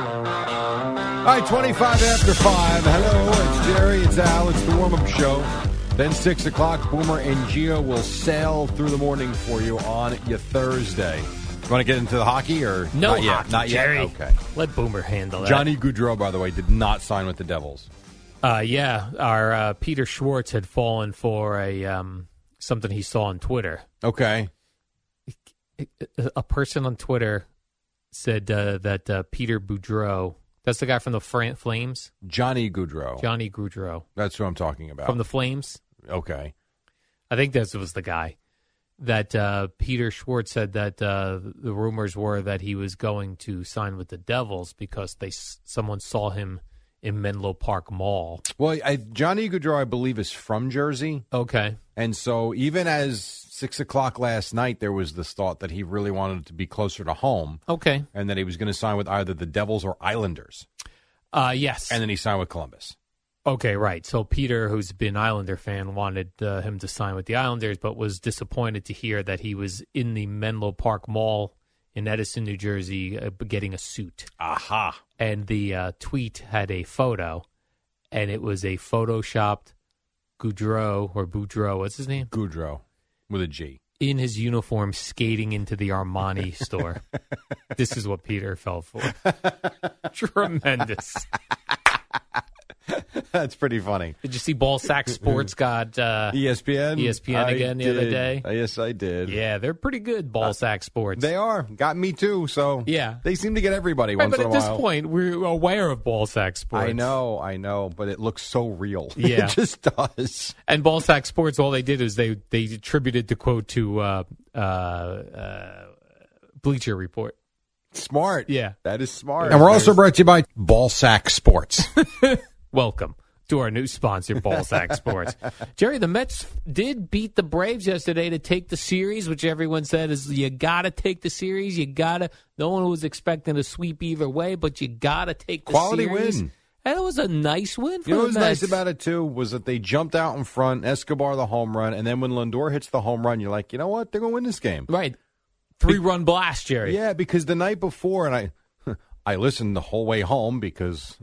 All right, 25 after 5. Hello, it's Jerry, it's Al, it's the warm up show. Then 6 o'clock, Boomer and Gio will sail through the morning for you on your Thursday. You want to get into the hockey or No not yet? hockey, not Jerry. yet. Okay. Let Boomer handle that. Johnny Goudreau, by the way, did not sign with the Devils. Uh, yeah, our uh, Peter Schwartz had fallen for a um, something he saw on Twitter. Okay. A- A person on Twitter said uh, that uh, Peter Boudreau, that's the guy from the Fran- Flames, Johnny Goudreau. Johnny Goudreau That's who I'm talking about. from the Flames. okay. I think this was the guy that uh, Peter Schwartz said that uh, the rumors were that he was going to sign with the Devils because they s- someone saw him in Menlo Park Mall. Well, I, Johnny Goudreau, I believe, is from Jersey. Okay. And so even as 6 o'clock last night, there was this thought that he really wanted to be closer to home Okay. and that he was going to sign with either the Devils or Islanders. Uh, yes. And then he signed with Columbus. Okay, right. So Peter, who's been Islander fan, wanted uh, him to sign with the Islanders, but was disappointed to hear that he was in the Menlo Park Mall in Edison, New Jersey, uh, getting a suit. Aha. And the uh, tweet had a photo, and it was a photoshopped Goudreau or Boudreau, what's his name, Goudreau with a G. in his uniform skating into the Armani store. This is what Peter fell for. Tremendous. That's pretty funny. Did you see Ball Sack Sports got? Uh, E ESPN. ESPN I again the other did. day? Yes, I did. Yeah, they're pretty good ball sack sports. They are. Got me too. So Yeah. they seem to get everybody Right, once but in a at this while. point, we're aware of ball sack sports. I know, I know, but it looks so real. Yeah. it just does. And ball sack sports, all they did is they they attributed the quote to uh, uh, uh, Bleacher Report. Smart. Yeah. That is smart. And we're also brought to you by Ballsack Sports. Welcome to our new sponsor, Ball Sack Sports. Jerry, the Mets did beat the Braves yesterday to take the series, which everyone said is you got to take the series. You got to. No one was expecting a sweep either way, but you got to take the Quality series. win. And it was a nice win for You know the what was nice Mets. about it too was that they jumped out in front, Escobar the home run, and then when Lindor hits the home run, you're like, you know what, they're gonna win this game. Right. Three run blast, Jerry. Yeah, because the night before, and I, I listened the whole way home because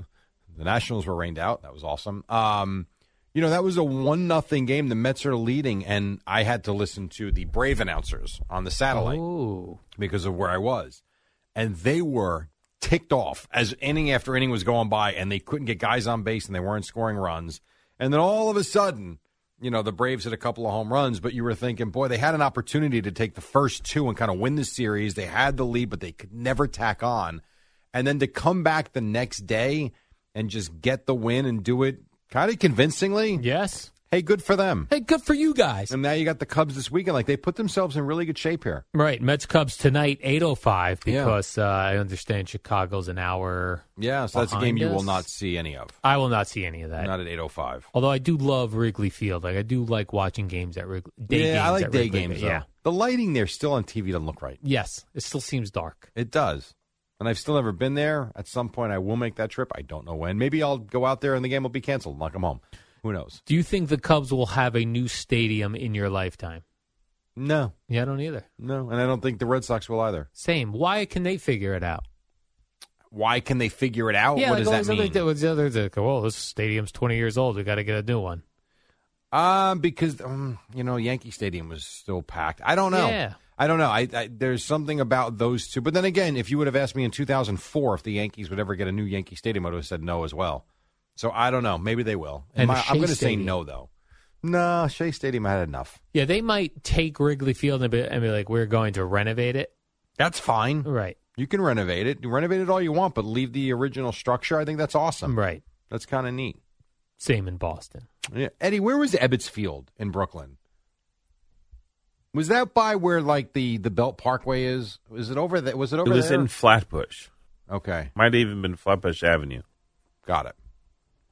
the Nationals were rained out. That was awesome. Um, you know, that was a one nothing game. The Mets are leading, and I had to listen to the Brave announcers on the satellite Ooh. because of where I was, and they were ticked off as inning after inning was going by, and they couldn't get guys on base, and they weren't scoring runs, and then all of a sudden. You know, the Braves hit a couple of home runs, but you were thinking, boy, they had an opportunity to take the first two and kind of win the series. They had the lead, but they could never tack on. And then to come back the next day and just get the win and do it kind of convincingly, Yes. hey, good for them. Hey, good for you guys. And now you got the Cubs this weekend. Like, they put themselves in really good shape here. Right, Mets Cubs tonight, eight oh five. Yeah. Because uh, I understand Chicago's an hour. Yeah, so that's a game behind you will us. not see any of. I will not see any of that. Not at eight oh five. Although I do love Wrigley Field. Like I do like watching games at Wrigley. Day games yeah, I like at day Wrigley games. Field. Though. Yeah. the lighting there still on TV doesn't look right. Yes, it still seems dark. It does, and I've still never been there. At some point, I will make that trip. I don't know when. Maybe I'll go out there and the game will be canceled and I'll come home. Who knows? Do you think the Cubs will have a new stadium in your lifetime? No, Yeah, I don't either. no, and I don't think the Red Sox will either. Same. Why can they figure it out? why can they figure it out? yeah, Oh, what like all does these that other- mean? what's the other, they go, oh, this stadium's 20 years old. We got to get a new one. Um, because um, you know, Yankee Stadium was still packed. I don't know. Yeah. I don't know. I, I there's something about those two. But then again, if you would have asked me in 2004 if the Yankees would ever get a new Yankee Stadium, I would have said no as well. So I don't know. Maybe they will. And My- Shea I'm going to say Stadium. no though. No, Shea Stadium had enough. Yeah, they might take Wrigley Field and be, and be like, we're going to renovate it. That's fine. Right, You can renovate it. Renovate it all you want, but leave the original structure. I think that's awesome. right. That's kind of neat. Same in Boston. Yeah. Eddie, where was Ebbets Field in Brooklyn? Was that by where like the the Belt Parkway is? Was it over that? Was it over It was there? in Flatbush. okay, Might have even been Flatbush Avenue. got it.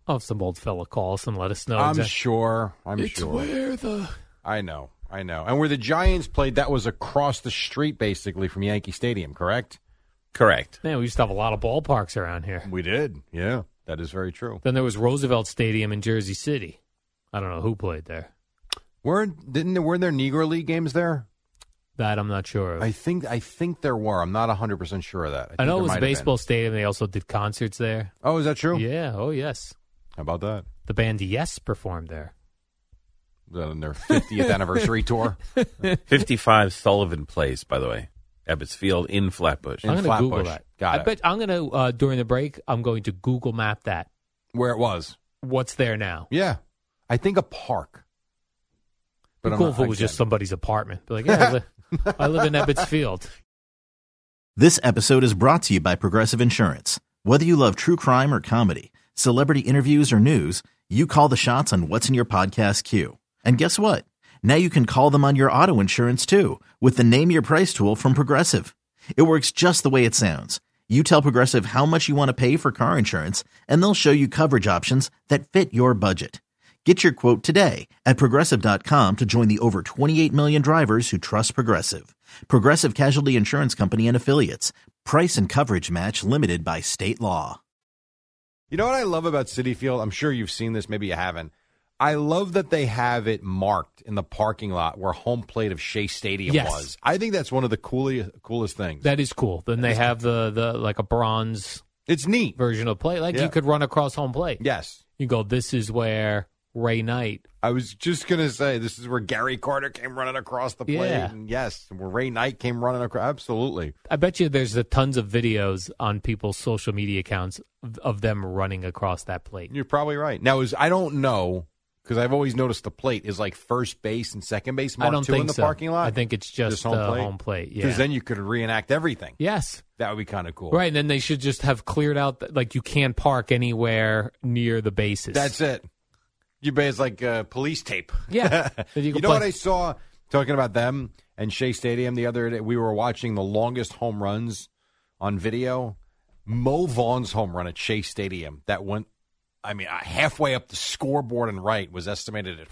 Oh, if some old fella calls and let us know. I'm exact- sure. I'm it's sure. where the I know. I know. And where the Giants played, that was across the street, basically from Yankee Stadium. Correct? Correct. man. We used to have a lot of ballparks around here. We did. Yeah, that is very true. Then there was Roosevelt Stadium in Jersey City. I don't know who played there. Weren't didn't there, weren't there Negro League games there? That I'm not sure of. I think I think there were. I'm not 100 percent sure of that. I think know there it was might a have been. baseball stadium. They also did concerts there. Oh, is that true? Yeah. Oh, yes. How about that? The band Yes performed there. Was that on their 50th anniversary tour? 55 Sullivan Place, by the way. Ebbets Field in Flatbush. In I'm going to Google Flatbush. that. Got I it. bet I'm going to uh, during the break. I'm going to Google Map that. Where it was. What's there now? Yeah, I think a park. Be I'm cool not- if it was again, just somebody's apartment. Be like, yeah, I, li- I live in Ebbets Field. This episode is brought to you by Progressive Insurance. Whether you love true crime or comedy, celebrity interviews or news, you call the shots on what's in your podcast queue. And guess what? Now you can call them on your auto insurance too with the Name Your Price tool from Progressive. It works just the way it sounds. You tell Progressive how much you want to pay for car insurance, and they'll show you coverage options that fit your budget. Get your quote today at progressive.com to join the over 28 million drivers who trust Progressive. Progressive Casualty Insurance Company and Affiliates. Price and coverage match limited by state law. You know what I love about City Field? I'm sure you've seen this, maybe you haven't. I love that they have it marked in the parking lot where home plate of Shea Stadium Yes. was. I think that's one of the coolest coolest things. That is cool. Then they have the, the like a bronze it's neat. version of play. Like Yeah. you could run across home plate. Yes. You go. This is where Ray Knight. I was just gonna say this is where Gary Carter came running across the plate. Yeah. And yes, where Ray Knight came running across. Absolutely. I bet you there's a tons of videos on people's social media accounts of, of them running across that plate. You're probably right. Now is I don't know because I've always noticed the plate is like first base and second base. Mark I don't two think in the so. parking lot. I think it's just, home uh, plate? home plate. Yeah. Because then you could reenact everything. yes. That would be kind of cool. Right, and then they should just have cleared out. th- Like you can't park anywhere near the bases. That's it. You bet it's like uh, police tape. Yeah. Then you you can know what play- I saw talking about them and Shea Stadium the other day? We were watching the longest home runs on video. Mo Vaughn's home run at Shea Stadium that went, I mean, uh, halfway up the scoreboard and right was estimated at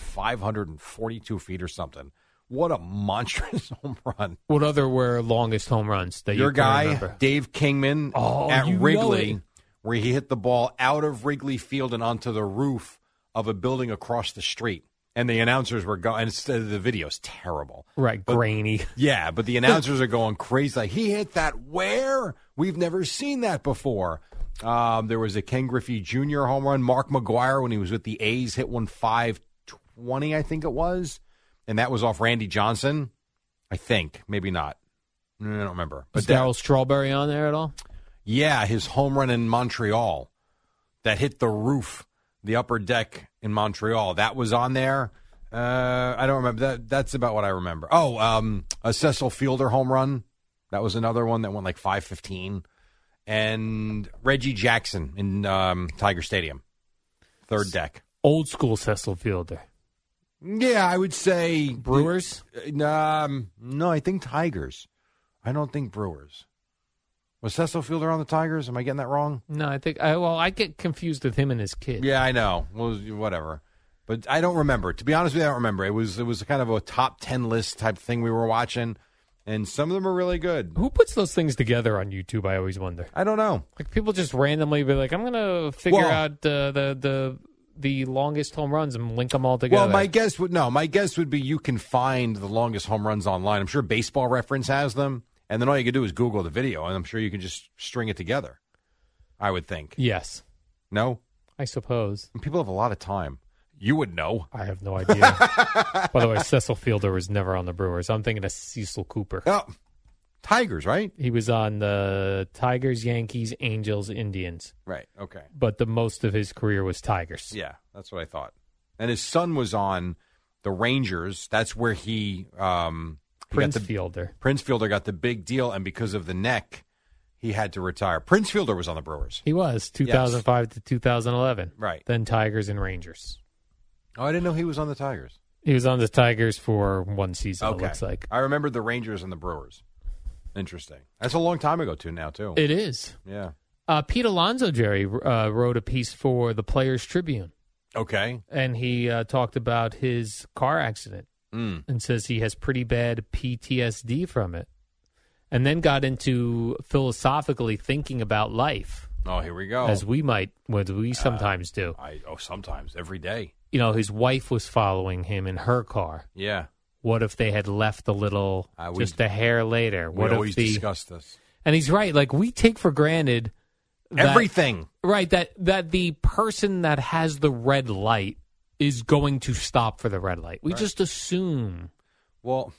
542 feet or something. What a monstrous home run! What other were longest home runs that Your you can guy, remember? Dave Kingman, Oh, at you know it. Wrigley, where he hit the ball out of Wrigley Field and onto the roof of a building across the street. And the announcers were going, and it's- the the video's terrible. right, grainy. Yeah, but the announcers are going crazy. Like, he hit that where? We've never seen that before. Um, there was a Ken Griffey Jr. home run. Mark McGuire, when he was with the A's, hit one 520, I think it was. And that was off Randy Johnson, I think. Maybe not. I don't remember. Was that- Daryl Strawberry on there at all? yeah, his home run in Montreal that hit the roof, the upper deck in Montreal. That was on there. Uh, I don't remember that. That's about what I remember. Oh, um, a Cecil Fielder home run. That was another one that went like five fifteen, and Reggie Jackson in um, Tiger Stadium, third deck. Old school Cecil Fielder. Yeah, I would say Brewers? Um, no, I think Tigers. I don't think Brewers. Was Cecil Fielder on the Tigers? Am I getting that wrong? No, I think. I, well, I get confused with him and his kid. Yeah, I know. Well, whatever. But I don't remember. To be honest with you, I don't remember. It was it was kind of a top ten list type thing we were watching, and some of them are really good. Who puts those things together on YouTube? I always wonder. I don't know. Like people just randomly be like, "I'm gonna figure Well- out uh, the the the longest home runs and link them all together." Well, my guess would no. My guess would be you can find the longest home runs online. I'm sure Baseball Reference has them, and then all you can do is Google the video, and I'm sure you can just string it together. I would think. Yes, No? I suppose. People have a lot of time. You would know. I have no idea. By the way, Cecil Fielder was never on the Brewers. I'm thinking of Cecil Cooper. Oh, Tigers, right? He was on the Tigers, Yankees, Angels, Indians, Right. Okay. but the most of his career was Tigers. Yeah, that's what I thought. And his son was on the Rangers. That's where he um he got Prince the, Fielder. Prince Fielder got the big deal, and because of the neck, he had to retire. Prince Fielder was on the Brewers. He was 2005 to 2011. Right. Then Tigers and Rangers. Oh, I didn't know he was on the Tigers. He was on the Tigers for one season, it looks like. I remember the Rangers and the Brewers. Interesting. That's a long time ago too. Now too. It is. yeah. Uh, Pete Alonso, Jerry, uh, wrote a piece for the Players Tribune, Okay. and he uh, talked about his car accident Mm. and says he has pretty bad PTSD from it. And then got into philosophically thinking about life, Oh, Uh. here we go. as we might, as we sometimes do. I oh, sometimes every day. You know, his wife was following him in her car. Yeah. What if they had left a little, Uh, we- just a hair later? We What always if the discuss this. and he's right. Like we take for granted that- Everything. right? That that the person that has the red light is going to stop for the red light. We just assume. Well,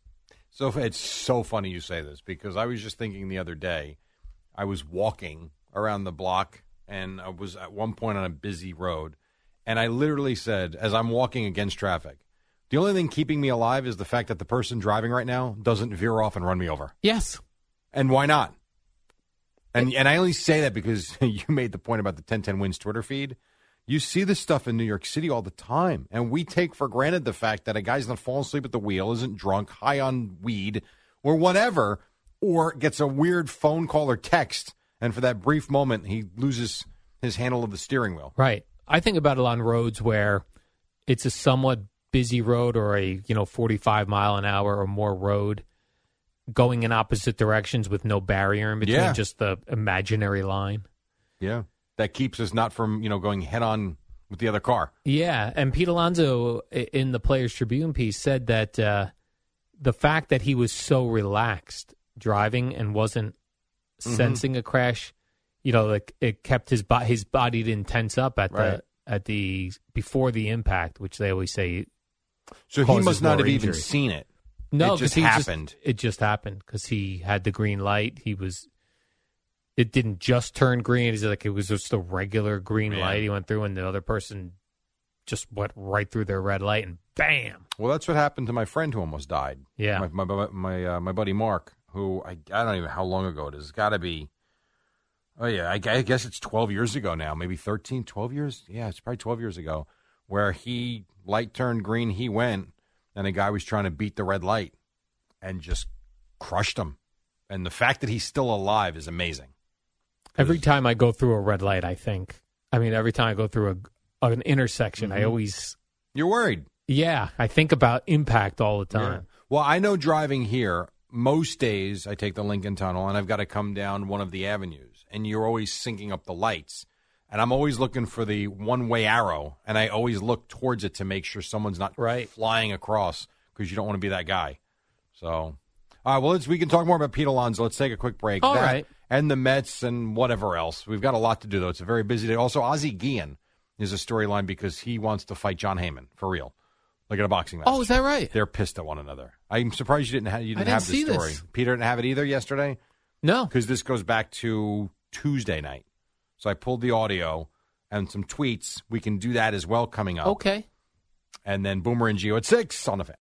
so it's so funny you say this because I was just thinking the other day. I was walking around the block and I was at one point on a busy road, and I literally said, as I'm walking against traffic, the only thing keeping me alive is the fact that the person driving right now doesn't veer off and run me over. Yes, And why not? And and I only say that because you made the point about the 1010 Wins Twitter feed. You see this stuff in New York City all the time, and we take for granted the fact that a guy's not falling asleep at the wheel, isn't drunk, high on weed, or whatever, or gets a weird phone call or text, and for that brief moment he loses his handle of the steering wheel. right. I think about it on roads where it's a somewhat busy road or a you know forty five mile an hour or more road going in opposite directions with no barrier in between, Yeah. just the imaginary line. Yeah, that keeps us not from you know going head on with the other car. Yeah, and Pete Alonso i- in the Players Tribune piece said that uh, the fact that he was so relaxed driving and wasn't Mm-hmm. sensing a crash, you know, like it kept his body his body didn't tense up at Right. the at the before the impact, which they always say So he Causes must not more have even injury. seen it. no, It just 'cause he happened. it just happened because he had the green light. He was. It didn't just turn green. It's like it was just a regular green Yeah. light. He went through, and the other person just went right through their red light, and bam. Well, that's what happened to my friend who almost died. Yeah. my my my, uh, my buddy Mark, who I, I don't even know how long ago it is. It's got to be. Oh yeah, I, gu- I guess it's 12 years ago now, maybe 13, 12 years. Yeah, it's probably 12 years ago, where he light turned green, he went, and a guy was trying to beat the red light, and just crushed him. And the fact that he's still alive is amazing. Every time I go through a red light, I think. I mean, every time I go through a an intersection, Mm-hmm. I always, You're worried. yeah, I think about impact all the Yeah. time. Well, I know driving here, most days I take the Lincoln Tunnel and I've got to come down one of the avenues, and you're always syncing up the lights. And I'm always looking for the one way arrow, and I always look towards it to make sure someone's not Right. flying across because you don't want to be that guy. So, all right, well, let's, we can talk more about Pete Alonso. Let's take a quick break. All That right. And the Mets and whatever else. We've got a lot to do, though. It's a very busy day. Also, Ozzie Guillen is a storyline because he wants to fight John Heyman for real, like in a boxing match. Oh, is that right? They're pissed at one another. I'm surprised you didn't have you didn't, I didn't have this see this. story. Peter didn't have it either yesterday No. because this goes back to Tuesday night. So I pulled the audio and some tweets. We can do that as well coming up. Okay. And then Boomer and Geo at six on the fan.